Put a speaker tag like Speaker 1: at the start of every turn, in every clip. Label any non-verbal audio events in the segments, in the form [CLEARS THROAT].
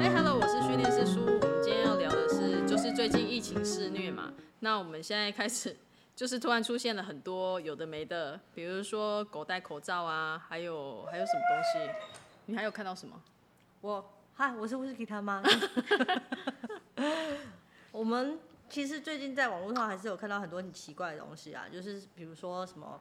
Speaker 1: 哎那我们现在开始，就是突然出现了很多有的没的，比如说狗戴口罩啊，还有还有什么东西？你还有看到什么？ [LAUGHS]
Speaker 2: 我嗨，我是乌斯吉他妈。我们其实最近在网络上还是有看到很多很奇怪的东西啊，就是比如说什么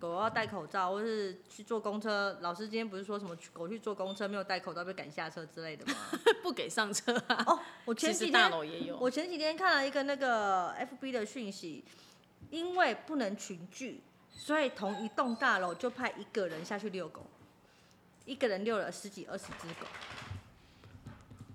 Speaker 2: 狗要戴口罩，或是去坐公车，老师今天不是说什么去狗去坐公车没有戴口罩被赶下车之类
Speaker 1: [LAUGHS]
Speaker 2: 的吗？
Speaker 1: 不给上车啊！
Speaker 2: 哦，我
Speaker 1: 其
Speaker 2: 前
Speaker 1: 实
Speaker 2: 几
Speaker 1: 大
Speaker 2: 天
Speaker 1: 楼也有，
Speaker 2: 我前几天看了一个那个 FB 的讯息，因为不能群聚，所以同一栋大楼就派一个人下去遛狗，一个人遛了十几二十只狗。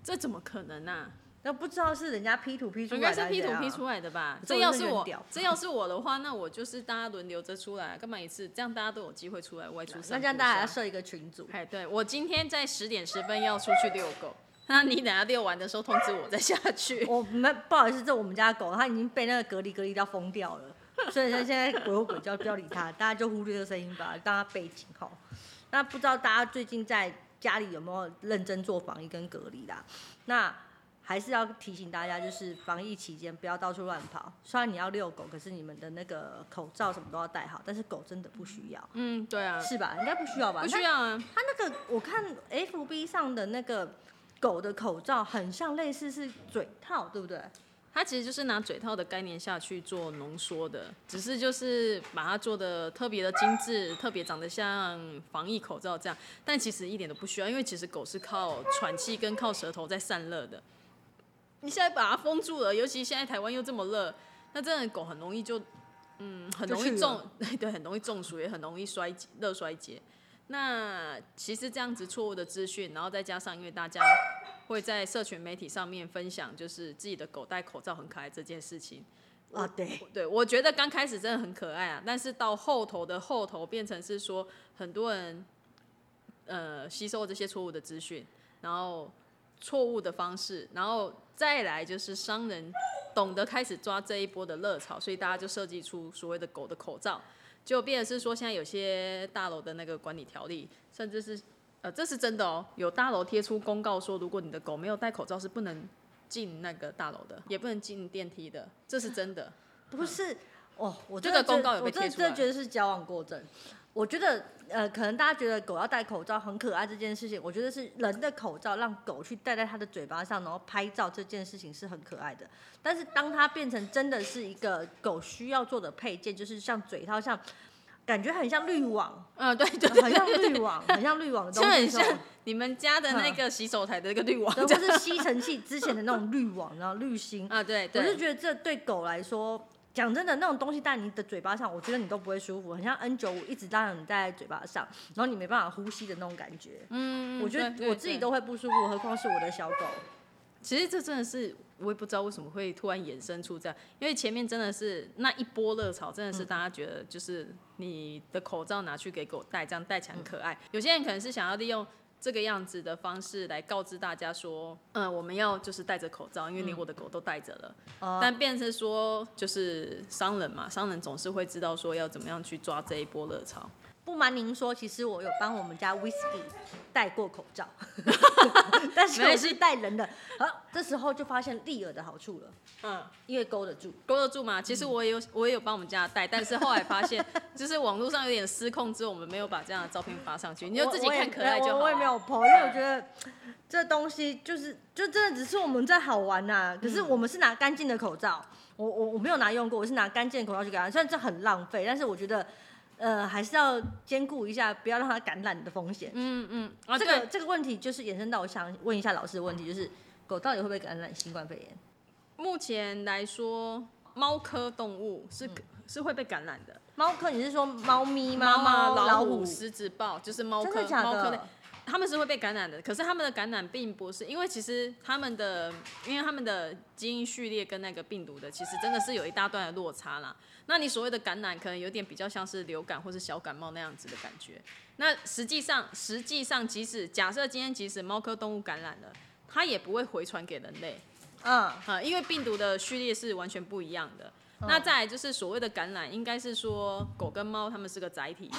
Speaker 1: 这怎么可能啊？
Speaker 2: 那不知道是人家 P 图 P 出
Speaker 1: 应
Speaker 2: 来
Speaker 1: 该
Speaker 2: 的
Speaker 1: 是
Speaker 2: 还
Speaker 1: 批
Speaker 2: 怎
Speaker 1: 图
Speaker 2: 样，
Speaker 1: 批出来的吧？这
Speaker 2: 这我
Speaker 1: 要
Speaker 2: 真
Speaker 1: 是
Speaker 2: 的很
Speaker 1: 我
Speaker 2: 屌，
Speaker 1: 这要是我的话，那我就是大家轮流着出来，干嘛一次？这样大家都有机会出来外出
Speaker 2: 那
Speaker 1: 散
Speaker 2: 这样
Speaker 1: 步
Speaker 2: 大
Speaker 1: 是
Speaker 2: 家
Speaker 1: 吧
Speaker 2: 要设一个
Speaker 1: [LAUGHS]
Speaker 2: 群组，
Speaker 1: 哎，对我今天在十点十分要出去遛狗， [LAUGHS] 那你等下遛完的时候通知我再下去。
Speaker 2: 我们不好意思，这我们家的狗它已经被那个隔离隔离到疯掉了，所以它现在鬼吼鬼叫，不要理它，大家就忽略这个声音吧，当它背景好。那不知道大家最近在家里有没有认真做防疫跟隔离啦？那还是要提醒大家，就是防疫期间不要到处乱跑。虽然你要遛狗，可是你们的那个口罩什么都要戴好，但是狗真的不需要，
Speaker 1: 嗯，对啊，
Speaker 2: 是吧？应该不需要吧？
Speaker 1: 不需要啊。
Speaker 2: 它那个我看 F B 上的那个狗的口罩，很像类似是嘴套，对不对？
Speaker 1: 它其实就是拿嘴套的概念下去做浓缩的，只是就是把它做的特别的精致，特别长得像防疫口罩这样，但其实一点都不需要，因为其实狗是靠喘气跟靠舌头在散热的。你现在把它封住了，尤其现在台湾又这么热，那真的狗很容易就，嗯，很
Speaker 2: 就
Speaker 1: 容易
Speaker 2: 去
Speaker 1: 中
Speaker 2: 了，
Speaker 1: [LAUGHS] 对，很容易中暑，也很容易衰竭热衰竭。那其实这样子错误的资讯，然后再加上因为大家会在社群媒体上面分享，就是自己的狗戴口罩很可爱这件事情。
Speaker 2: 啊，对，
Speaker 1: 对，我觉得刚开始真的很可爱啊，但是到后头的后头变成是说很多人呃吸收这些错误的资讯，然后错误的方式，然后再来就是商人懂得开始抓这一波的热潮，所以大家就设计出所谓的狗的口罩，就变成是说现在有些大楼的那个管理条例，甚至是呃这是真的哦，有大楼贴出公告说，如果你的狗没有戴口罩是不能。进那个大楼的，也不能进电梯的，这是真的。
Speaker 2: 不是哦，我
Speaker 1: 这
Speaker 2: 真的
Speaker 1: 个公
Speaker 2: 觉
Speaker 1: 告有
Speaker 2: 我
Speaker 1: 被
Speaker 2: 真的
Speaker 1: 贴出
Speaker 2: 真
Speaker 1: 来
Speaker 2: 的觉得是矫枉过正。我觉得呃，可能大家觉得狗要戴口罩很可爱这件事情，我觉得是人的口罩让狗去戴在它的嘴巴上，然后拍照这件事情是很可爱的。但是当它变成真的是一个狗需要做的配件，就是像嘴套，像感觉很像滤网，
Speaker 1: [LAUGHS] 嗯，对对
Speaker 2: 很像滤网，很像滤网的
Speaker 1: 就
Speaker 2: 东西
Speaker 1: 很
Speaker 2: 的时候，
Speaker 1: 像你们家的那个洗手台的那个滤网
Speaker 2: 对，
Speaker 1: 这
Speaker 2: 或
Speaker 1: 样
Speaker 2: 是吸尘器之前的那种滤网，然后滤芯，
Speaker 1: [LAUGHS] 啊，对
Speaker 2: 我是
Speaker 1: 对，
Speaker 2: 觉得这对狗来说，讲真的，那种东西在你的嘴巴上，我觉得你都不会舒服，很像 N 九五一直让你戴在嘴巴上，然后你没办法呼吸的那种感觉。
Speaker 1: 嗯
Speaker 2: 我觉
Speaker 1: 对
Speaker 2: 得
Speaker 1: 对
Speaker 2: 我自己
Speaker 1: 对
Speaker 2: 都会不舒服，何况是我的小狗。
Speaker 1: 其实这真的是我也不知道为什么会突然衍生出这样，因为前面真的是那一波热潮，真的是大家觉得就是你的口罩拿去给狗戴，这样戴起来很可爱。有些人可能是想要利用这个样子的方式来告知大家说，嗯、我们要就是戴着口罩，因为连我的狗都戴着了。
Speaker 2: 哦
Speaker 1: 但便是说，就是商人嘛，商人总是会知道说要怎么样去抓这一波热潮。
Speaker 2: 不瞒您说，其实我有帮我们家 Whisky 戴过口
Speaker 1: [LAUGHS]
Speaker 2: 罩，但是
Speaker 1: 没
Speaker 2: 我
Speaker 1: 关系
Speaker 2: 是戴人的。好，这时候就发现利耳的好处了，
Speaker 1: 嗯。
Speaker 2: 因为勾得住。
Speaker 1: 勾得住吗？其
Speaker 2: 嗯
Speaker 1: 实我也有，我也有帮我们家带，但是后来发
Speaker 2: [LAUGHS]
Speaker 1: 现，就是网络上有点失控之后，我们没有把这样的照片发上去，你就
Speaker 2: 我
Speaker 1: 自己
Speaker 2: 我也
Speaker 1: 看可爱就好啊
Speaker 2: 我。
Speaker 1: 了。
Speaker 2: 我也没有 PO，因为我觉得这东西就是就真的只是我们在好玩呐、可
Speaker 1: 嗯
Speaker 2: 是我们是拿干净的口罩，我我我没有拿用过，我是拿干净的口罩去给它，虽然这很浪费，但是我觉得呃还是要兼顾一下，不要让它感染的风险。
Speaker 1: 嗯嗯，啊，
Speaker 2: 这
Speaker 1: 这个
Speaker 2: 个这个问题就是延伸到我想问一下老师的问题，就是狗到底会不会感染新冠肺炎？
Speaker 1: 目前来说，猫科动物是、
Speaker 2: 嗯
Speaker 1: 是会被感染的，
Speaker 2: 猫科你是说猫咪吗？
Speaker 1: 猫、啊
Speaker 2: 老
Speaker 1: 虎、狮子豹，就是猫
Speaker 2: 真
Speaker 1: 科
Speaker 2: 的假
Speaker 1: 猫科类
Speaker 2: 的？
Speaker 1: 他们是会被感染的，可是他们的感染并不是因为其实他们的，因为他们的基因序列跟那个病毒的，其实真的是有一大段的落差啦。那你所谓的感染，可能有点比较像是流感或是小感冒那样子的感觉。那实际上，实际上即使假设今天即使猫科动物感染了，它也不会回传给人类。
Speaker 2: 嗯，
Speaker 1: 啊，因为病毒的序列是完全不一样的。那再来就是所谓的感染，应该是说狗跟猫它们是个载体，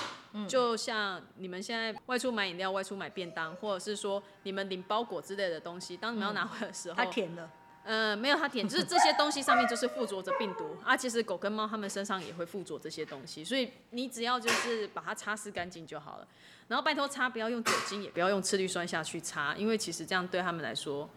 Speaker 1: 就像你们现在外出买饮料、外出买便当，或者是说你们领包裹之类的东西，当你们要拿回来的时候，
Speaker 2: 它舔了，
Speaker 1: 呃，没有它舔，就是这些东西上面就是附着着病毒 [LAUGHS] 啊。其实狗跟猫它们身上也会附着这些东西，所以你只要就是把它擦拭干净就好了。然后拜托擦不要用酒精，也不要用次氯酸下去擦，因为其实这样对它们来说，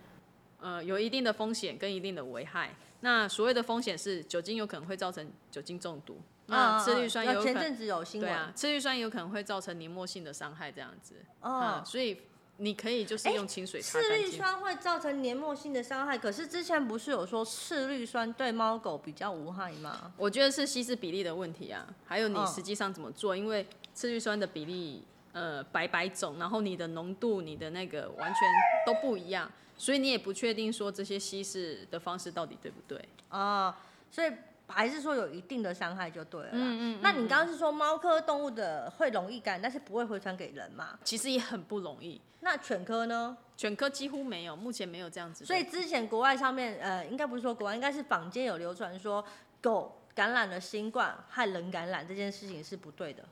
Speaker 1: 呃，有一定的风险跟一定的危害。那所谓的风险是酒精有可能会造成酒精中毒，
Speaker 2: 嗯
Speaker 1: 那次氯嗯酸也有可
Speaker 2: 前
Speaker 1: 能
Speaker 2: 阵子有新
Speaker 1: 对
Speaker 2: 闻，
Speaker 1: 啊，次氯酸有可能会造成黏膜性的伤害这样子。
Speaker 2: 哦
Speaker 1: 嗯，，所以你可以就是
Speaker 2: 哎
Speaker 1: 用清水擦
Speaker 2: 次
Speaker 1: 干
Speaker 2: 氯
Speaker 1: 净。
Speaker 2: 酸会造成黏膜性的伤害，可是之前不是有说次氯酸对猫狗比较无害吗？
Speaker 1: 我觉得是稀释比例的问题啊，还有你
Speaker 2: 嗯
Speaker 1: 实际上怎么做，因为次氯酸的比例呃百百种，然后你的浓度、你的那个完全都不一样，所以你也不确定说这些稀释的方式到底对不对。
Speaker 2: 哦，所以还是说有一定的伤害就对了啦。嗯嗯那你刚刚是说猫科动物的会容易感染，但是不会回传给人嘛？
Speaker 1: 其实也很不容易，
Speaker 2: 那犬科呢？
Speaker 1: 犬科几乎没有，目前没有这样子的。
Speaker 2: 所以之前国外上面，呃，应该不是说国外，应该是坊间有流传说狗感染了新冠害人感染这件事情是不对的。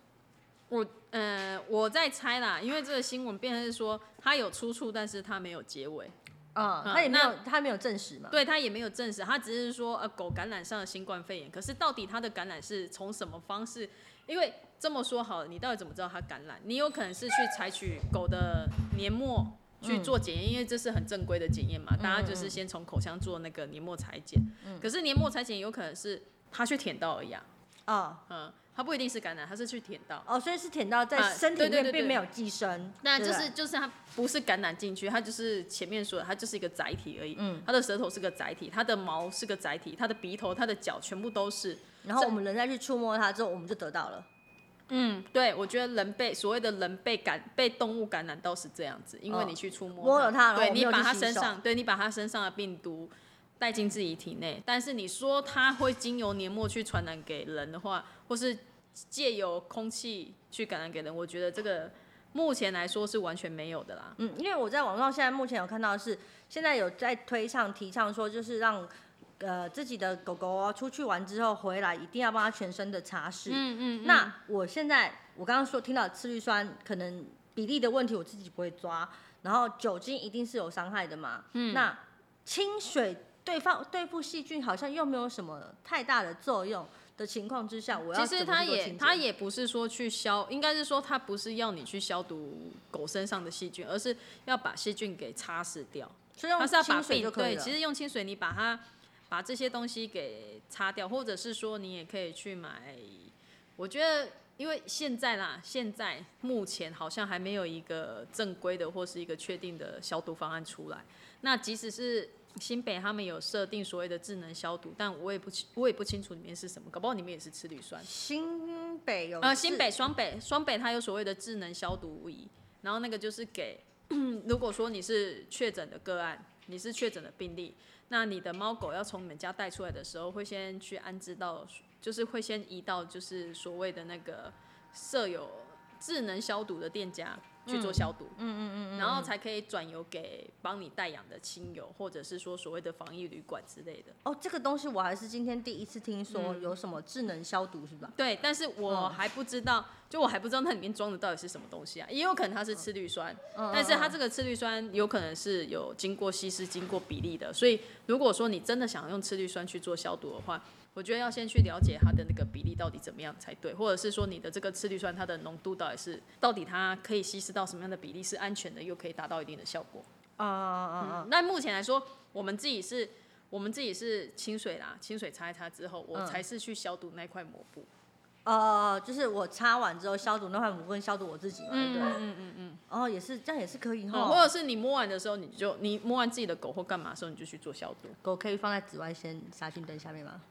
Speaker 1: 我呃我在猜啦，因为这个新闻变成是说它有出处，但是它没有结尾。
Speaker 2: 啊、
Speaker 1: 嗯
Speaker 2: 他也没有，他没有证实嘛。
Speaker 1: 对他也没有证实，他只是说呃狗感染上了新冠肺炎，可是到底它的感染是从什么方式？因为这么说好了，你到底怎么知道它感染？你有可能是去采取狗的黏膜去做检验，因为这是很正规的检验嘛，大家就是先从口腔做那个黏膜裁剪。可是黏膜裁剪有可能是它去舔到而已啊，
Speaker 2: 哦
Speaker 1: 嗯，它不一定是感染，它是去舔到。
Speaker 2: 哦，所以是舔到在
Speaker 1: 啊
Speaker 2: 身体里
Speaker 1: 对对对
Speaker 2: 面
Speaker 1: 对
Speaker 2: 并没有寄生，
Speaker 1: 那就
Speaker 2: 对不对
Speaker 1: 是就是它不是感染进去，它就是前面说的，它就是一个载体而已。嗯，它的舌头是个载体，它的毛是个载体，它的鼻头、它的脚全部都是。
Speaker 2: 然后我们人再去触摸它之后，我们就得到了。
Speaker 1: 嗯，对，我觉得人被所谓的人被感被动物感染到是这样子，因为
Speaker 2: 嗯
Speaker 1: 你去触摸
Speaker 2: 摸了它然后
Speaker 1: 对
Speaker 2: 我没
Speaker 1: 你
Speaker 2: 有
Speaker 1: 把
Speaker 2: 去
Speaker 1: 它
Speaker 2: 洗
Speaker 1: 身
Speaker 2: 手
Speaker 1: 上，对你把它身上的病毒带进自己体内，但是你说它会经由黏膜去传染给人的话，或是借由空气去感染给人，我觉得这个目前来说是完全没有的啦。
Speaker 2: 嗯，因为我在网上现在目前有看到的是，现在有在推倡提倡说，就是让呃自己的狗狗哦出去玩之后回来，一定要帮它全身的擦拭。嗯嗯那我现在我刚刚说听到次氯酸可能比例的问题，我自己不会抓，然后酒精一定是有伤害的嘛。嗯。那清水对方对付细菌好像又没有什么太大的作用的情况之下，我要
Speaker 1: 其实
Speaker 2: 怎么
Speaker 1: 它
Speaker 2: 去做
Speaker 1: 也
Speaker 2: 清洁啊
Speaker 1: 它也不是说去消，应该是说它不是要你去消毒狗身上的细菌，而是要把细菌给擦拭掉。
Speaker 2: 所以用
Speaker 1: 它是要把
Speaker 2: 清水
Speaker 1: 病
Speaker 2: 就可以
Speaker 1: 对，
Speaker 2: 了。
Speaker 1: 其实用清水你把它把这些东西给擦掉，或者是说你也可以去买。我觉得，因为现在啦，现在目前好像还没有一个正规的或是一个确定的消毒方案出来。那即使是新北他们有设定所谓的智能消毒，但我也不清我也不清楚里面是什么，搞不好里面也是次氯酸。
Speaker 2: 新北有
Speaker 1: 呃，
Speaker 2: 四
Speaker 1: 新北、双北、双北它有所谓的智能消毒仪，然后那个就是给， [CLEARS THROAT] 如果说你是确诊的个案，你是确诊的病例，那你的猫狗要从你们家带出来的时候，会先去安置到，就是会先移到就是所谓的那个设有智能消毒的店家去做消毒，嗯嗯嗯，然后才可以转由给帮你代养的亲友，或者是说所谓的防疫旅馆之类的。
Speaker 2: 哦，这个东西我还是今天第一次听说，
Speaker 1: 嗯
Speaker 2: 有什么智能消毒是吧？
Speaker 1: 对，但是我还不知道，就我还不知道那里面装的到底是什么东西啊，也有可能它是次氯酸，但是它这个次氯酸有可能是有经过稀释、经过比例的，所以如果说你真的想用次氯酸去做消毒的话，我觉得要先去了解它的那个比例到底怎么样才对，或者是说你的这个次氯酸它的浓度到底是到底它可以稀释到什么样的比例是安全的，又可以达到一定的效果。
Speaker 2: 啊啊啊！
Speaker 1: 那目前来说，我们自己是。我们自己是清水啦，清水擦一擦之后，我才是去消毒那块抹布。
Speaker 2: 呃，就是我擦完之后消毒那块膜跟消毒我自己嘛，对不对？
Speaker 1: 嗯嗯嗯。
Speaker 2: 哦，也是这样也是可以
Speaker 1: 嗯，或者
Speaker 2: 哈。
Speaker 1: 是你摸完的时候，你就你摸完自己的狗或干嘛的时候，你就去做消毒，
Speaker 2: 狗可以放在紫外线杀菌灯下面吗？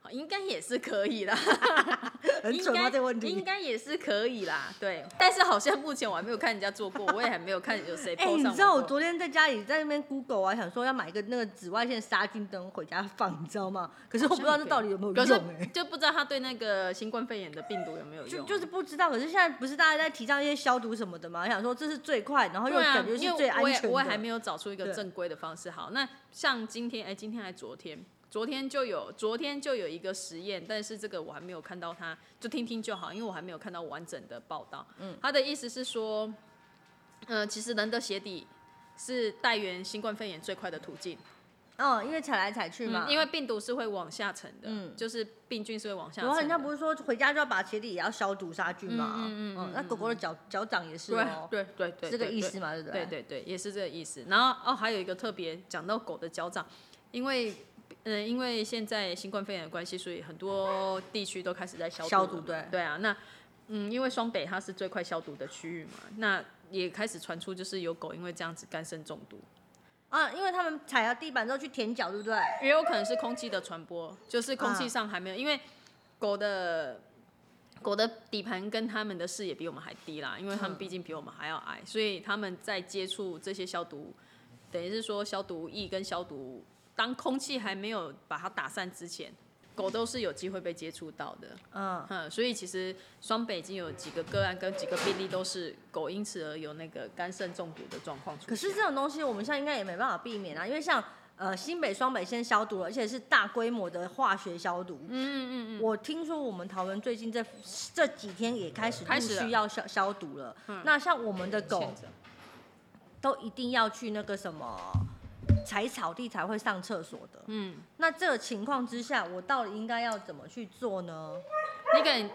Speaker 1: 好应该也是可以啦。[LAUGHS]
Speaker 2: 很
Speaker 1: 应
Speaker 2: 蠢吗？
Speaker 1: 该
Speaker 2: 这个问
Speaker 1: 呃应
Speaker 2: 题？
Speaker 1: 该也是可以啦。对，但是好像目前我还没有看人家做过，我也还没有看有 [LAUGHS] 谁
Speaker 2: 哎、
Speaker 1: PO 上网
Speaker 2: 你
Speaker 1: 过。
Speaker 2: 知道我昨天在家里在那边 Google 啊，想说要买一个那个紫外线杀菌灯回家放，你知道吗？可是我不知道那到底有没有
Speaker 1: 可是
Speaker 2: 用哎、
Speaker 1: 就不知道他对那个新冠肺炎的病毒有没有
Speaker 2: 就
Speaker 1: 用。
Speaker 2: 就是不知道，可是现在不是大家在提倡一些消毒什么的嘛？想说这是最快，然后又
Speaker 1: 对啊
Speaker 2: 感，觉
Speaker 1: 因
Speaker 2: 是最
Speaker 1: 为
Speaker 2: 安
Speaker 1: 我
Speaker 2: 全
Speaker 1: 也
Speaker 2: 的。
Speaker 1: 我也还没有找出一个
Speaker 2: 对
Speaker 1: 正规的方式。好，那像今天，哎、今天还昨天，昨天就有昨天就有一个实验，但是这个我还没有看到它，就听听就好，因为我还没有看到完整的报道。嗯，他的意思是说，呃，其实人的鞋底是带源新冠肺炎最快的途径。
Speaker 2: 嗯，因为踩来踩去嘛，
Speaker 1: 嗯因为病毒是会往下沉的，
Speaker 2: 嗯
Speaker 1: 就是病菌是会往下
Speaker 2: 然后人
Speaker 1: 沉
Speaker 2: 家
Speaker 1: 的。
Speaker 2: 不是说回家就要把鞋底也要消毒杀菌嘛，
Speaker 1: 嗯嗯嗯嗯
Speaker 2: 那狗狗的脚脚掌也是哦，
Speaker 1: 对对对对，
Speaker 2: 是这个
Speaker 1: 对
Speaker 2: 意思嘛，对不
Speaker 1: 对对
Speaker 2: 对
Speaker 1: 对，也是这个意思。然后哦，还有一个特别讲到狗的脚掌，因为嗯、呃因为现在新冠肺炎的关系，所以很多地区都开始在消毒
Speaker 2: 消
Speaker 1: 了
Speaker 2: 毒
Speaker 1: 嘛
Speaker 2: 对
Speaker 1: 对啊，那嗯，因为双北它是最快消毒的区域嘛，那也开始传出就是有狗因为这样子肝肾中毒，
Speaker 2: 啊，因为他们踩到地板之后去舔脚，对不对？
Speaker 1: 也有可能是空气的传播，就是空气
Speaker 2: 啊
Speaker 1: 上还没有，因为狗的狗的底盘跟它们的视野比我们还低啦，因为
Speaker 2: 嗯
Speaker 1: 它们毕竟比我们还要矮，所以它们在接触这些消毒，等于是说消毒液跟消毒，当空气还没有把它打散之前，狗都是有机会被接触到的。
Speaker 2: 嗯，
Speaker 1: 嗯，所以其实双北已经有几个个案跟几个病例都是狗因此而有那个肝肾中毒的状况出现。
Speaker 2: 可是这种东西我们现在应该也没办法避免啊，因为像呃新北、双北先消毒了，而且是大规模的化学消毒。
Speaker 1: 嗯嗯嗯
Speaker 2: 我听说我们桃园最近这这几天也开始陆
Speaker 1: 开始了
Speaker 2: 续要消消毒了。那像我们的
Speaker 1: 嗯，
Speaker 2: 狗
Speaker 1: 欠着
Speaker 2: 都一定要去那个什么踩草地才会上厕所的。
Speaker 1: 嗯。
Speaker 2: 那这个情况之下，我到底应该要怎么去做呢？
Speaker 1: 你可能，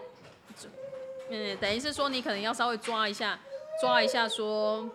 Speaker 1: 嗯，等于是说你可能要稍微抓一下，抓一下说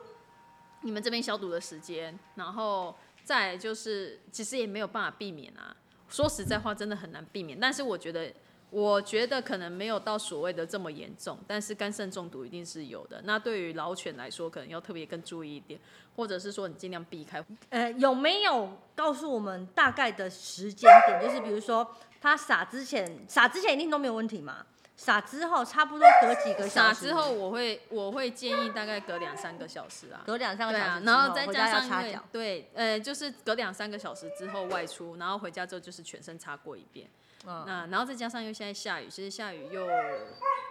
Speaker 1: 你们这边消毒的时间，然后再来就是其实也没有办法避免啊。说实在话，真的很难避免。但是我觉得，我觉得可能没有到所谓的这么严重，但是肝肾中毒一定是有的。那对于老犬来说，可能要特别更注意一点，或者是说你尽量避开。
Speaker 2: 呃，有没有告诉我们大概的时间点？就是比如说，它撒之前，撒之前一定都没有问题嘛？撒之后差不多隔几个小
Speaker 1: 撒
Speaker 2: 时，
Speaker 1: 之后，我会我会建议大概隔两三个小时啊。
Speaker 2: 隔两三个
Speaker 1: 对
Speaker 2: 小时之
Speaker 1: 啊
Speaker 2: 后，，
Speaker 1: 然后再
Speaker 2: 回
Speaker 1: 加
Speaker 2: 家要
Speaker 1: 上
Speaker 2: 擦
Speaker 1: 因为
Speaker 2: 脚。
Speaker 1: 对，呃，就是隔两三个小时之后外出，然后回家之后就是全身擦过一遍。
Speaker 2: 嗯
Speaker 1: 那然后再加上因为现在下雨，其实下雨又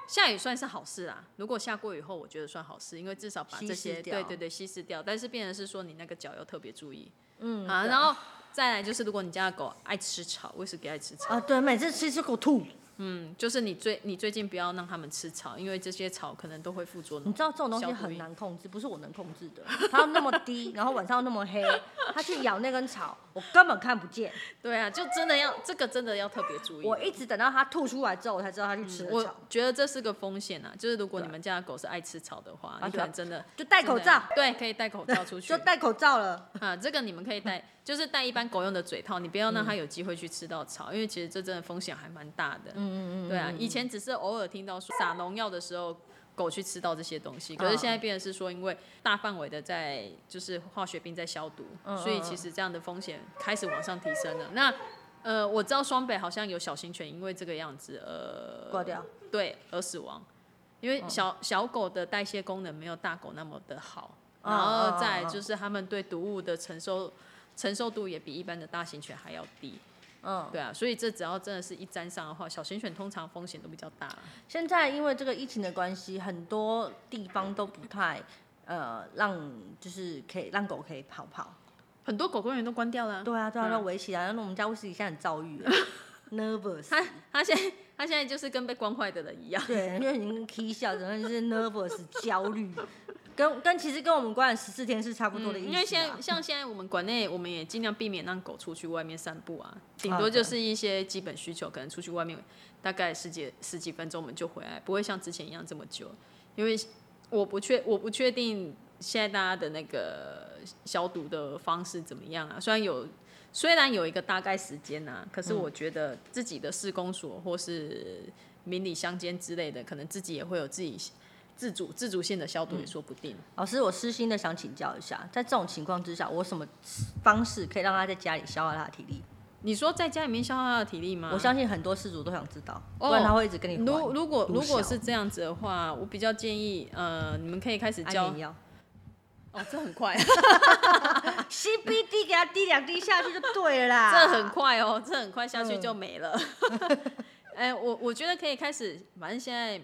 Speaker 1: 下雨算是好事啦。如果下过雨后，我觉得算好事，因为至少把
Speaker 2: 稀
Speaker 1: 这
Speaker 2: 释
Speaker 1: 些
Speaker 2: 掉
Speaker 1: 对对对稀释掉。但是变成是说你那个脚要特别注意
Speaker 2: 嗯
Speaker 1: 啊。
Speaker 2: 对
Speaker 1: 然后再来就是，如果你家的狗爱吃草，喂食给爱吃草，
Speaker 2: 啊，对，每次吃吃口吐。
Speaker 1: 嗯，就是你最你最近不要让它们吃草，因为这些草可能都会附着
Speaker 2: 你
Speaker 1: 脓。
Speaker 2: 知道这种东西
Speaker 1: 消毒
Speaker 2: 很
Speaker 1: 液
Speaker 2: 难控制，不是我能控制的。它又那么低，然后晚上又那么黑，它去咬那根草，我根本看不见。
Speaker 1: 对啊，就真的要这个真的要特别注意。
Speaker 2: 我一直等到它吐出来之后，我才知道它去吃了
Speaker 1: 我
Speaker 2: 草。
Speaker 1: 觉得这是个风险啊，就是如果你
Speaker 2: 对
Speaker 1: 们家的狗是爱吃草的话，
Speaker 2: 啊
Speaker 1: 你可
Speaker 2: 对啊
Speaker 1: 能真的
Speaker 2: 就戴口罩，，
Speaker 1: 真的对，可以戴口罩
Speaker 2: [LAUGHS]
Speaker 1: 出去
Speaker 2: 就戴口罩了。
Speaker 1: 啊。这个你们可以戴，就是戴一般狗用的嘴套，你不要让它有机会去吃到草，因为其实这真的风险还蛮大的。
Speaker 2: 嗯嗯嗯
Speaker 1: 对啊，以前只是偶尔听到说撒农药的时候。狗去吃到这些东西，可
Speaker 2: 啊
Speaker 1: 是现在变成是说，因为大范围的在就是化学病在消毒，
Speaker 2: 嗯
Speaker 1: 所以其实这样的风险开始往上提升了。那呃，我知道双北好像有小型犬因为这个样子，呃，
Speaker 2: 挂掉。
Speaker 1: 对而死亡，因为小、小狗的代谢功能没有大狗那么的好，
Speaker 2: 嗯
Speaker 1: 然后
Speaker 2: 嗯
Speaker 1: 再来
Speaker 2: 嗯
Speaker 1: 就是它们对毒物的承受承受度也比一般的大型犬还要低，
Speaker 2: 嗯，
Speaker 1: 对啊，所以这只要真的是一沾上的话，小型犬通常风险都比较大啦。
Speaker 2: 现在因为这个疫情的关系，很多地方都不太呃让就是可以让狗可以跑跑。
Speaker 1: 很多狗公园都关掉了啊、
Speaker 2: 对啊，对啊，
Speaker 1: 嗯
Speaker 2: 要围起来。然后我们家威斯理现在很躁
Speaker 1: [LAUGHS]
Speaker 2: 郁，nervous。
Speaker 1: 它它现在它现在就是跟被关坏的人一样，
Speaker 2: 对，就已经 k 笑，整个人就是 nervous 焦虑，跟跟其实跟我们关了十四天是差不多的意思、啊
Speaker 1: 嗯因为现在像现在我们馆内，我们也尽量避免让狗出去外面散步啊，顶多
Speaker 2: 啊对
Speaker 1: 就是一些基本需求，可能出去外面大概十几十几分钟我们就回来，不会像之前一样这么久。因为我不确我不确定现在大家的那个消毒的方式怎么样啊，虽然有虽然有一个大概时间啊，可是我觉得自己的市公所或是邻里乡间之类的，可能自己也会有自己自主自主性的消毒也说不定。
Speaker 2: 老师，我私心的想请教一下，在这种情况之下，我什么方式可以让他在家里消耗他的体力？
Speaker 1: 你说在家里面消耗他的体力吗？
Speaker 2: 我相信很多事主都想知道，
Speaker 1: 嗯哦
Speaker 2: 不然他会一直跟你
Speaker 1: 如
Speaker 2: 换
Speaker 1: 如果
Speaker 2: 毒
Speaker 1: 如果
Speaker 2: 枭
Speaker 1: 是这样子的话，我比较建议，呃，你们可以开始
Speaker 2: 安
Speaker 1: 教
Speaker 2: 眠药
Speaker 1: 哦，这很快，
Speaker 2: ，CBD 给他滴两滴下去就对了啦。
Speaker 1: 这很快哦，这很快下去就没了。哎、我我觉得可以开始，反正现在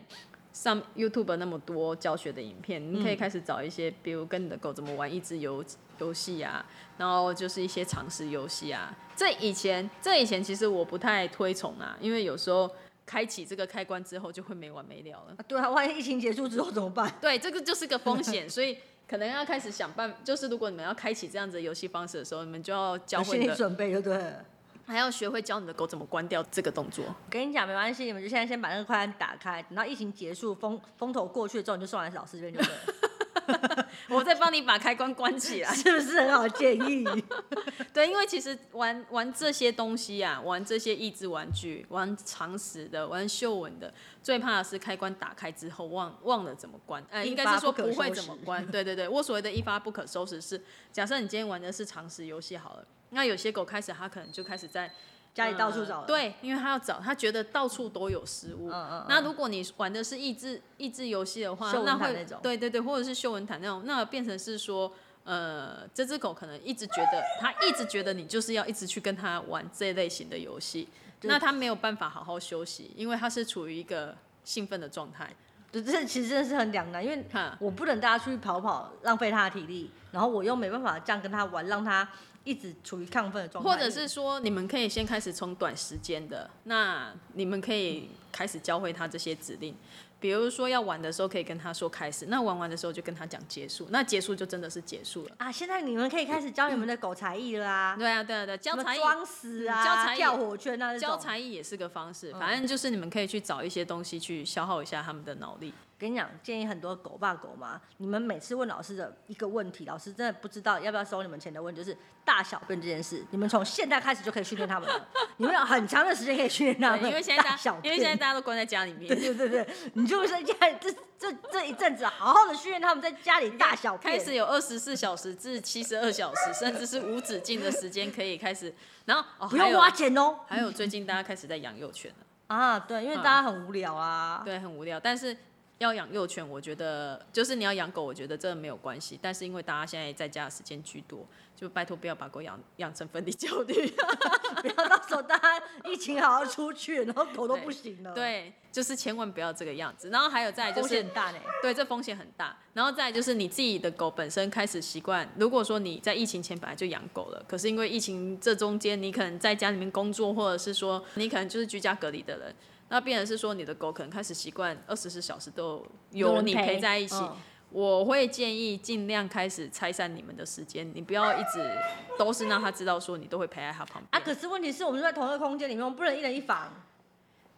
Speaker 1: 上 YouTube 那么多教学的影片，你可以开始找一些，比如跟你的狗怎么玩益智游游戏啊，然后就是一些常识游戏啊。这以前这以前其实我不太推崇啊，因为有时候开启这个开关之后就会没完没了了。
Speaker 2: 啊对啊，万一疫情结束之后怎么办？
Speaker 1: 对，这个就是个风险，所以可能要开始想办，就是如果你们要开启这样子的游戏方式的时候，你们就要教
Speaker 2: 有
Speaker 1: 会
Speaker 2: 心
Speaker 1: 你
Speaker 2: 理
Speaker 1: 的，
Speaker 2: 准备就对了。
Speaker 1: 还要学会教你的狗怎么关掉这个动作。
Speaker 2: 我跟你讲，没关系，你们就现在先把那个快餐打开，等到疫情结束，风风头过去之后，你就送来老师这边就对了，
Speaker 1: [LAUGHS] 我再帮你把开关关起来。[LAUGHS]
Speaker 2: [LAUGHS] 是不是很好建 [LAUGHS] 议？
Speaker 1: 对，因为其实玩玩这些东西啊，玩这些益智玩具，玩常识的，玩嗅闻的，最怕的是开关打开之后忘忘了怎么关，呃，
Speaker 2: 一
Speaker 1: 应该
Speaker 2: 发
Speaker 1: 是说
Speaker 2: 不可
Speaker 1: 不会
Speaker 2: 收
Speaker 1: 怎么 [LAUGHS]
Speaker 2: 拾
Speaker 1: 关。对对对，我所谓的一发不可收拾是，假设你今天玩的是常识游戏好了，那有些狗开始它可能就开始在
Speaker 2: 家里到处找、
Speaker 1: 呃，对，因为它要找，它觉得到处都有食物。
Speaker 2: 嗯嗯，
Speaker 1: 那如果你玩的是益智益智游戏的话
Speaker 2: 秀，文
Speaker 1: 那
Speaker 2: 毯
Speaker 1: 会
Speaker 2: 那种
Speaker 1: 对对对，或者是秀文毯那种，那变成是说，呃，这只狗可能一直觉得，它一直觉得你就是要一直去跟它玩这类型的游戏，
Speaker 2: 对
Speaker 1: 那它没有办法好好休息，因为它是处于一个兴奋的状态。
Speaker 2: 对，这其实真的是很两难，因为
Speaker 1: 哈，
Speaker 2: 我不能带他出去跑跑，浪费他的体力，然后我又没办法这样跟他玩，让他一直处于亢奋的状态，
Speaker 1: 或者是说，你们可以先开始从短时间的，那你们可以开始教会他这些指令，比如说要玩的时候可以跟他说开始，那玩完的时候就跟他讲结束，那结束就真的是结束了。
Speaker 2: 啊，现在你们可以开始教你们的狗才艺了啊，
Speaker 1: 对啊，对啊，对啊，教
Speaker 2: 什么
Speaker 1: 才艺
Speaker 2: 装死
Speaker 1: 嗯教
Speaker 2: 啊，
Speaker 1: 才艺
Speaker 2: 跳火圈啊这
Speaker 1: 教
Speaker 2: 种。
Speaker 1: 才艺也是个方式，反正就是你们可以去找一些东西去消耗一下他们的脑 [LAUGHS] 力。
Speaker 2: 跟你讲，建议很多狗爸狗妈，你们每次问老师的一个问题，老师真的不知道要不要收你们钱的问题，就是大小便这件事。你们从现在开始就可以训练他们了， [LAUGHS] 你们有很长的时间可以训练他
Speaker 1: 对，
Speaker 2: 们。
Speaker 1: 因为现在
Speaker 2: 大
Speaker 1: 大
Speaker 2: 小
Speaker 1: 因
Speaker 2: 便，
Speaker 1: 为现在大家都关在家里面，
Speaker 2: 对对对对，你就是现在这这这一阵子啊好好的训练他们在家里大小便。
Speaker 1: 开始有二十四小时至七十二小时，甚至是无止境的时间可以开始。然后哦，
Speaker 2: 不
Speaker 1: 还
Speaker 2: 用
Speaker 1: 有
Speaker 2: 花钱哦。
Speaker 1: 还有最近大家开始在养幼犬了，
Speaker 2: 啊，对，因为大家很无聊啊。
Speaker 1: 对，很无聊，但是。要养幼犬，我觉得就是你要养狗，我觉得这没有关系。但是因为大家现在在家的时间居多，就拜托不要把狗养养成分离焦虑。
Speaker 2: 不要到时候大家疫情好好出去，然后狗 [LAUGHS] 都
Speaker 1: 对
Speaker 2: 不行了。，
Speaker 1: 对，就是千万不要这个样子。然后还有再来就
Speaker 2: 风
Speaker 1: 是
Speaker 2: 险很大呢。
Speaker 1: 对，这风险很大。然后再来就是你自己的狗本身开始习惯，如果说你在疫情前本来就养狗了，可是因为疫情这中间你可能在家里面工作，或者是说你可能就是居家隔离的人，那变成是说你的狗可能开始习惯二十四小时都有
Speaker 2: 人
Speaker 1: 你陪在一起。
Speaker 2: 嗯
Speaker 1: 我会建议尽量开始拆散你们的时间，你不要一直都是让他知道说你都会陪在他旁边。
Speaker 2: 啊，可是问题是我们在同一个空间里面，我们不能一人一房。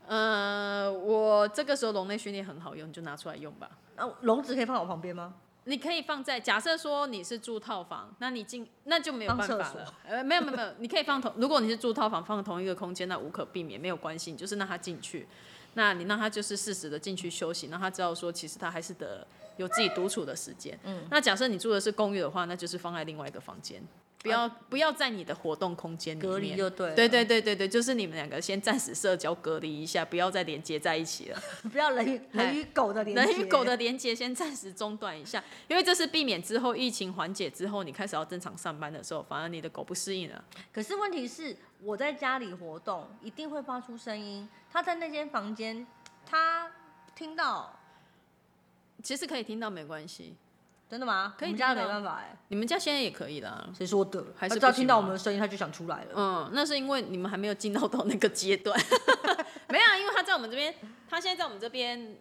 Speaker 1: 呃，我这个时候笼内训练很好用，你就拿出来用吧。
Speaker 2: 啊，笼子可以放我旁边吗？
Speaker 1: 你可以放在假设说你是住套房，那你进那就没有办法
Speaker 2: 放厕
Speaker 1: 了。呃，没有没有没有，你可以放同，如果你是住套房，放同一个空间，那无可避免，没有关系，你就是让他进去。那你让他就是适时的进去休息，让他知道说其实他还是得有自己独处的时间。嗯，那假设你住的是公寓的话，那就是放在另外一个房间，不要、不要在你的活动空间里
Speaker 2: 隔离
Speaker 1: 面。
Speaker 2: 就对了。
Speaker 1: 对对对对对，就是你们两个先暂时社交隔离一下，不要再连接在一起了。
Speaker 2: [LAUGHS] 不要人与
Speaker 1: 哎
Speaker 2: 人与狗的连接。
Speaker 1: 人与狗的连接先暂时中断一下，因为这是避免之后疫情缓解之后，你开始要正常上班的时候，反而你的狗不适应了。
Speaker 2: 可是问题是，我在家里活动一定会发出声音，他在那间房间，他听到，
Speaker 1: 其实可以听到没关系，
Speaker 2: 真的吗？
Speaker 1: 可以
Speaker 2: 我们家
Speaker 1: 听
Speaker 2: 没
Speaker 1: 到
Speaker 2: 办法哎、
Speaker 1: 你们家现在也可以啦。
Speaker 2: 谁说的？
Speaker 1: 还
Speaker 2: 他
Speaker 1: 是
Speaker 2: 只要
Speaker 1: 不行啊
Speaker 2: 听到我
Speaker 1: 吗
Speaker 2: 们的声音，他就想出来了。
Speaker 1: 嗯，那是因为你们还没有进到到那个阶段，没有啊，因为他在我们这边，他现在在我们这边，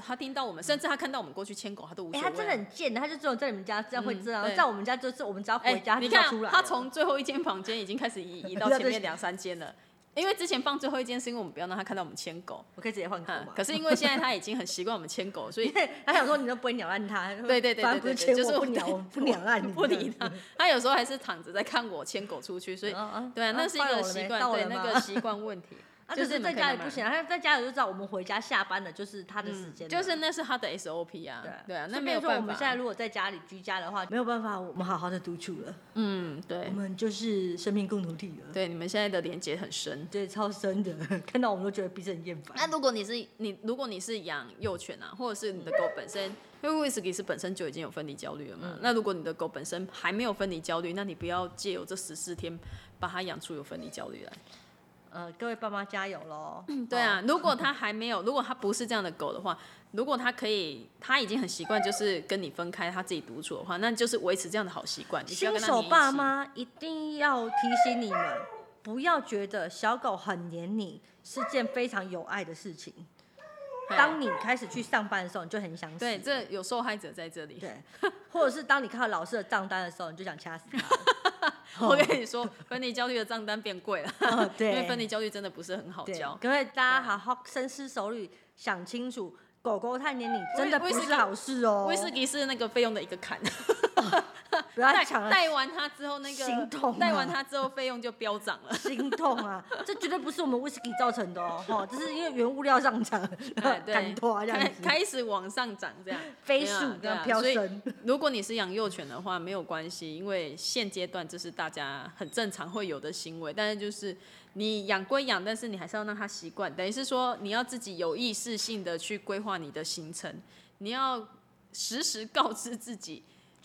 Speaker 1: 他听到我们，甚至他看到我们过去牵狗，他都无所
Speaker 2: 哎、
Speaker 1: 谓
Speaker 2: 他
Speaker 1: 啊。
Speaker 2: 真的很贱的，他就只有在你们家这样会
Speaker 1: 嗯
Speaker 2: 这样，
Speaker 1: 对
Speaker 2: 在我们家就是我们只要
Speaker 1: 哎、
Speaker 2: 回家，
Speaker 1: 你
Speaker 2: 他就要
Speaker 1: 看
Speaker 2: 出来了。
Speaker 1: 他从最后一间房间已经开始移移到前
Speaker 2: 不要
Speaker 1: 面两三间了，因为之前放最后一间是因为我们不要让他看到我们牵狗。
Speaker 2: 我可以直接换狗
Speaker 1: 嗯
Speaker 2: 嘛？
Speaker 1: 可是因为现在他已经很习惯我们牵狗，所
Speaker 2: [LAUGHS]
Speaker 1: 以
Speaker 2: 因为他想说你都不会鸟烂他，
Speaker 1: [LAUGHS] 对对对
Speaker 2: 反正
Speaker 1: 对
Speaker 2: 不是
Speaker 1: 对
Speaker 2: 牵
Speaker 1: 对，
Speaker 2: 我、
Speaker 1: 就是
Speaker 2: 不
Speaker 1: 对
Speaker 2: 鸟我不鸟烂你，
Speaker 1: 不理他。他有时候还是躺着在看我牵狗出去，所以
Speaker 2: 嗯。嗯
Speaker 1: 对啊，那
Speaker 2: 啊
Speaker 1: 是一
Speaker 2: 到
Speaker 1: 个
Speaker 2: 我了
Speaker 1: 习
Speaker 2: 没
Speaker 1: 惯，
Speaker 2: 到我
Speaker 1: 对
Speaker 2: 了
Speaker 1: 那
Speaker 2: 吗。
Speaker 1: 个习惯问题
Speaker 2: [LAUGHS]
Speaker 1: [LAUGHS]
Speaker 2: 啊，
Speaker 1: 就
Speaker 2: 可
Speaker 1: 是
Speaker 2: 是
Speaker 1: 你
Speaker 2: 在
Speaker 1: 们可以慢
Speaker 2: 家
Speaker 1: 慢
Speaker 2: 里不
Speaker 1: 来
Speaker 2: 行，啊，他在家里就知道我们回家下班了，就是他的时间
Speaker 1: 嗯
Speaker 2: 了、
Speaker 1: 就是那是他的 SOP 啊
Speaker 2: 对，
Speaker 1: 对啊，那
Speaker 2: 所以
Speaker 1: 没有
Speaker 2: 变成说
Speaker 1: 办
Speaker 2: 我们
Speaker 1: 法
Speaker 2: 现。在如果在家里居家的话，没有办法，我们好好的独处了，
Speaker 1: 嗯，
Speaker 2: 我
Speaker 1: 对
Speaker 2: 们就是生命共同体了。
Speaker 1: 对，你们现在的连接很深。
Speaker 2: 对，超深的， [LAUGHS] 看到我们都觉得彼此很厌烦。
Speaker 1: 那如果你是你，如果你是养幼犬啊，或者是你的狗本身，因为威士忌是本身就已经有分离焦虑了嘛。
Speaker 2: 嗯
Speaker 1: 那如果你的狗本身还没有分离焦虑，那你不要借由这十四天把它养出有分离焦虑来。
Speaker 2: 呃，各位爸妈加油喽！
Speaker 1: 对
Speaker 2: 哦
Speaker 1: 啊，如果它还没有，如果它不是这样的狗的话，如果它可以，它已经很习惯就是跟你分开，它自己独处的话，那就是维持这样的好习惯。你不要
Speaker 2: 新
Speaker 1: 跟它
Speaker 2: 手
Speaker 1: 黏一
Speaker 2: 爸
Speaker 1: 起，
Speaker 2: 妈一定要提醒你们，不要觉得小狗很黏你是件非常有爱的事情。当你开始去上班的时候，你就很想死。
Speaker 1: 对，这有受害者在这里。
Speaker 2: 对， [LAUGHS] 或者是当你看到老师的账单的时候，你就想掐死他。
Speaker 1: [LAUGHS] 我跟你说， [LAUGHS] 分离焦虑的账单变贵了，
Speaker 2: 哦
Speaker 1: 因
Speaker 2: [LAUGHS] 对，
Speaker 1: 为分离焦虑真的不是很好
Speaker 2: 对，
Speaker 1: 交。
Speaker 2: 各位大家好好深思熟虑，想清楚，狗狗探年龄真的
Speaker 1: 威
Speaker 2: 不
Speaker 1: 威士忌
Speaker 2: 是好事哦。
Speaker 1: 威士忌是那个费用的一个坎，
Speaker 2: 不要
Speaker 1: 带
Speaker 2: 抢了，
Speaker 1: 带完它之后，那
Speaker 2: 心
Speaker 1: 个
Speaker 2: 痛啊
Speaker 1: 带完它之后费用就飙涨了。
Speaker 2: 心痛 [LAUGHS] 啊！这绝对不是我们威士忌造成的哦，吼，这是因为原物料上涨， [LAUGHS]
Speaker 1: 哎对
Speaker 2: 砍拖啊这
Speaker 1: 开
Speaker 2: 样子，
Speaker 1: 开始往上涨，这样
Speaker 2: [LAUGHS] 飞速
Speaker 1: 对
Speaker 2: 这
Speaker 1: 啊对
Speaker 2: 样
Speaker 1: 啊
Speaker 2: 飙
Speaker 1: 所以
Speaker 2: 升。
Speaker 1: 如果你是养幼犬的话，没有关系，因为现阶段这是大家很正常会有的行为。但是就是你养归养，但是你还是要让它习惯，等于是说你要自己有意识性的去规划你的行程，你要时时告知自
Speaker 2: [LAUGHS]
Speaker 1: 己。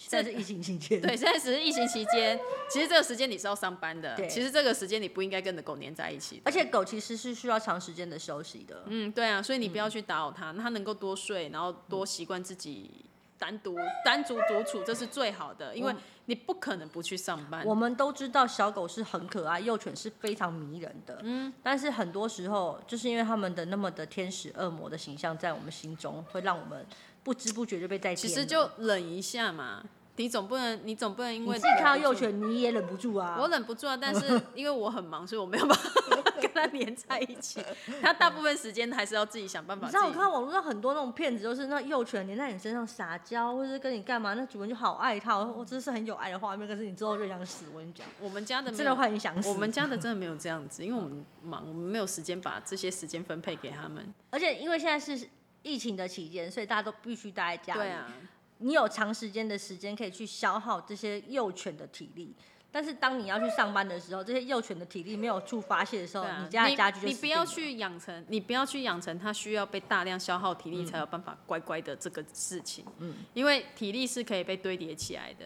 Speaker 2: 这是疫情期间，
Speaker 1: 对，现在只是疫情期间，其实这个时间你是要上班的
Speaker 2: 对，
Speaker 1: 其实这个时间你不应该跟你的狗黏在一起的。
Speaker 2: 而且狗其实是需要长时间的休息的。
Speaker 1: 嗯，对啊，所以你不要去打扰它，那它能够多睡，然后
Speaker 2: 嗯
Speaker 1: 多习惯自己单独、单独独处，这是最好的，因为你不可能不去上班。
Speaker 2: 嗯我们都知道小狗是很可爱，幼犬是非常迷人的。嗯，但是很多时候就是因为它们的那么的天使恶魔的形象在我们心中，会让我们不知不觉就被带偏了。
Speaker 1: 其实就忍一下嘛，你总不能，你总不能因
Speaker 2: 你
Speaker 1: 为
Speaker 2: 自己看到
Speaker 1: 忍不
Speaker 2: 幼
Speaker 1: 住，
Speaker 2: 犬，你也忍不住啊。
Speaker 1: 我忍不住啊，但
Speaker 2: [LAUGHS]
Speaker 1: 是因为我很忙，所以我没有办法跟它黏在一起。它大部分时间还是要自己想办
Speaker 2: 你
Speaker 1: 法
Speaker 2: 知
Speaker 1: 自
Speaker 2: 道我
Speaker 1: 己
Speaker 2: 看。到网络上很多那种骗子，就是那幼犬黏在你身上撒娇，或者是跟你干嘛，那主人就好爱它。我我真是很有爱的画面，可是你之后就想死。我跟你讲，
Speaker 1: 我们家的没
Speaker 2: 真
Speaker 1: 有
Speaker 2: 的会很想死。
Speaker 1: 我们家的真的没有这样子，因为我们忙，我们没有时间把这些时间分配给他们。
Speaker 2: 而且因为现在是疫情的期间，所以大家都必须待在家里。
Speaker 1: 对啊，
Speaker 2: 你有长时间的时间可以去消耗这些幼犬的体力，但是当你要去上班的时候，这些幼犬的体力没有处发泄的时候，
Speaker 1: 对啊
Speaker 2: 你家的家具就
Speaker 1: 你你
Speaker 2: 死
Speaker 1: 不要
Speaker 2: 定了
Speaker 1: 去养成，你不要去养成它需要被大量消耗体
Speaker 2: 嗯
Speaker 1: 力才有办法乖乖的这个事情。嗯，因为体力是可以被堆叠起来的，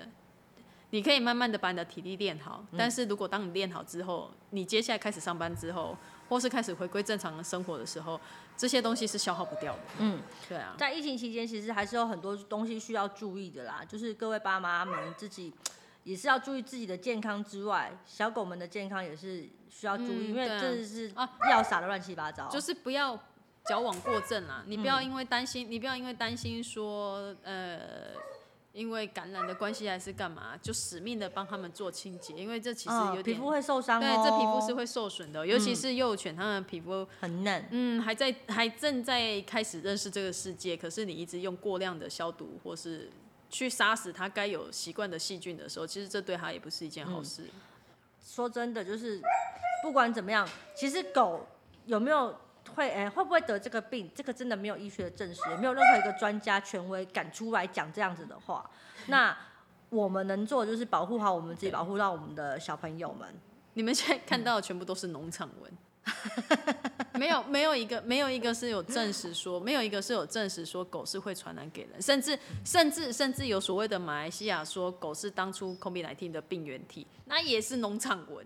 Speaker 1: 你可以慢慢的把你的体力练好。
Speaker 2: 嗯
Speaker 1: 但是如果当你练好之后，你接下来开始上班之后，或是开始回归正常的生活的时候，这些东西是消耗不掉的。
Speaker 2: 嗯，
Speaker 1: 对啊，
Speaker 2: 在疫情期间，其实还是有很多东西需要注意的啦，就是各位爸妈们自己也是要注意自己的健康之外，小狗们的健康也是需要注意，
Speaker 1: 嗯
Speaker 2: 因为
Speaker 1: 对啊
Speaker 2: 真的是
Speaker 1: 啊
Speaker 2: 药撒的乱七八糟。
Speaker 1: 就是不要矫枉过正啦，你不
Speaker 2: 嗯
Speaker 1: 要因为担心，你不要因为担心说，呃，因为感染的关系还是干嘛，就死命的帮他们做清洁，因为这其实
Speaker 2: 嗯
Speaker 1: 有
Speaker 2: 皮
Speaker 1: 点，
Speaker 2: 肤会受伤
Speaker 1: 对
Speaker 2: 哦，，
Speaker 1: 这皮肤是会受损的，尤其是幼犬，它们皮肤。
Speaker 2: 很嫩。
Speaker 1: 嗯，还在还正在开始认识这个世界，可是你一直用过量的消毒或是去杀死它该有习惯的细菌的时候，其实这对它也不是一件
Speaker 2: 嗯
Speaker 1: 好事。
Speaker 2: 说真的，就是不管怎么样，其实狗有没有会哎、会不会得这个病，这个真的没有医学的证实，也没有任何一个专家权威敢出来讲这样子的话。那我们能做的就是保护好我们自己，保护到我们的小朋友们。
Speaker 1: 你们现在看到的全部都是农场
Speaker 2: [LAUGHS]
Speaker 1: 文，没有没有一个没有一个是有证实说，没有一个是有证实说狗是会传染给人，甚至甚至甚至有所谓的马来西亚说狗是当初 COVID-19 的病原体，那也是农场
Speaker 2: [LAUGHS]
Speaker 1: 文，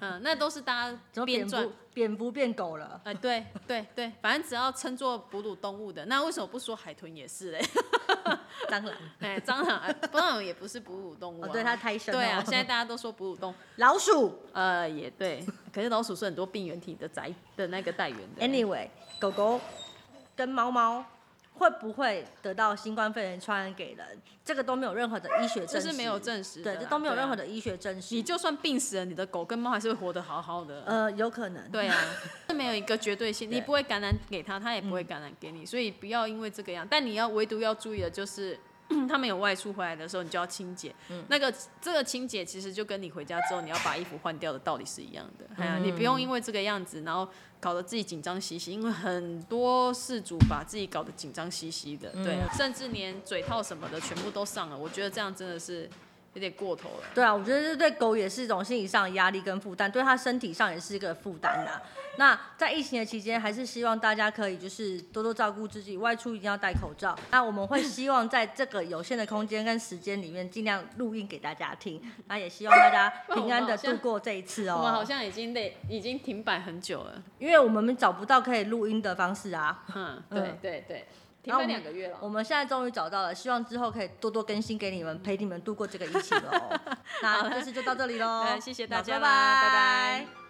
Speaker 1: 嗯，那都是大
Speaker 2: 怎
Speaker 1: 家
Speaker 2: 么
Speaker 1: 编
Speaker 2: 蝙
Speaker 1: 撰
Speaker 2: 蝠。蝙蝠变狗了？
Speaker 1: 哎、对对对，反正只要称作哺乳动物的，那为什么不说海豚也是嘞？
Speaker 2: [LAUGHS]
Speaker 1: [LAUGHS]
Speaker 2: 当然，
Speaker 1: 哎、蟑螂、哎蟑螂也不是哺乳动物、啊
Speaker 2: 哦，对，它胎生、哦。
Speaker 1: 对啊，现在大家都说哺乳动物，
Speaker 2: [LAUGHS] 老鼠。
Speaker 1: 呃，也对，可是老鼠是很多病原体的载的那个带源的。
Speaker 2: Anyway，狗狗跟猫猫会不会得到新冠肺炎传染给人，这个都没有任何的医学
Speaker 1: 这
Speaker 2: 证实，
Speaker 1: 是没有证实的
Speaker 2: 对，
Speaker 1: 啦，
Speaker 2: 这都没有任何
Speaker 1: 对啊。
Speaker 2: 的医学证实。
Speaker 1: 你就算病死了，你的狗跟猫还是会活得好好的。
Speaker 2: 呃，有可能。
Speaker 1: 对啊，这没有一个绝对性，
Speaker 2: 对嗯
Speaker 1: 你不会感染给它，它也不会感染给你，所以不要因为这个样。但你要唯独要注意的就是。 [CLEARS THROAT] 他们有外出回来的时候，你就要清洁。
Speaker 2: 嗯
Speaker 1: 那个这个清洁其实就跟你回家之后你要把衣服换掉的道理是一样的。
Speaker 2: 嗯
Speaker 1: 哎呀，你不用因为这个样子，然后搞得自己紧张兮兮，因为很多事主把自己搞得紧张兮兮的，
Speaker 2: 嗯
Speaker 1: 对啊，甚至连嘴套什么的全部都上了。我觉得这样真的是有点过头了。
Speaker 2: 对啊，我觉得这对狗也是一种心理上的压力跟负担，对它身体上也是一个负担呐。那在疫情的期间，还是希望大家可以就是多多照顾自己，外出一定要戴口罩。那我们会希望在这个有限的空间跟时间里面，尽量录音给大家听。那也希望
Speaker 1: [LAUGHS]
Speaker 2: 大家平安的度过这一次
Speaker 1: 我们好
Speaker 2: 哦，
Speaker 1: 像已经累，已经停摆很久了。
Speaker 2: 因为我们找不到可以录音的方式啊。
Speaker 1: 嗯，
Speaker 2: 嗯
Speaker 1: 对对对，停
Speaker 2: 然
Speaker 1: 摆
Speaker 2: 后我们
Speaker 1: 两个月了。
Speaker 2: 我们现在终于找到了，希望之后可以多多更新给你
Speaker 1: [LAUGHS]
Speaker 2: 们，陪你们度过这个疫情哦。那这次就到这里喽
Speaker 1: 对，谢谢大家
Speaker 2: 好
Speaker 1: 啦
Speaker 2: 拜
Speaker 1: 拜拜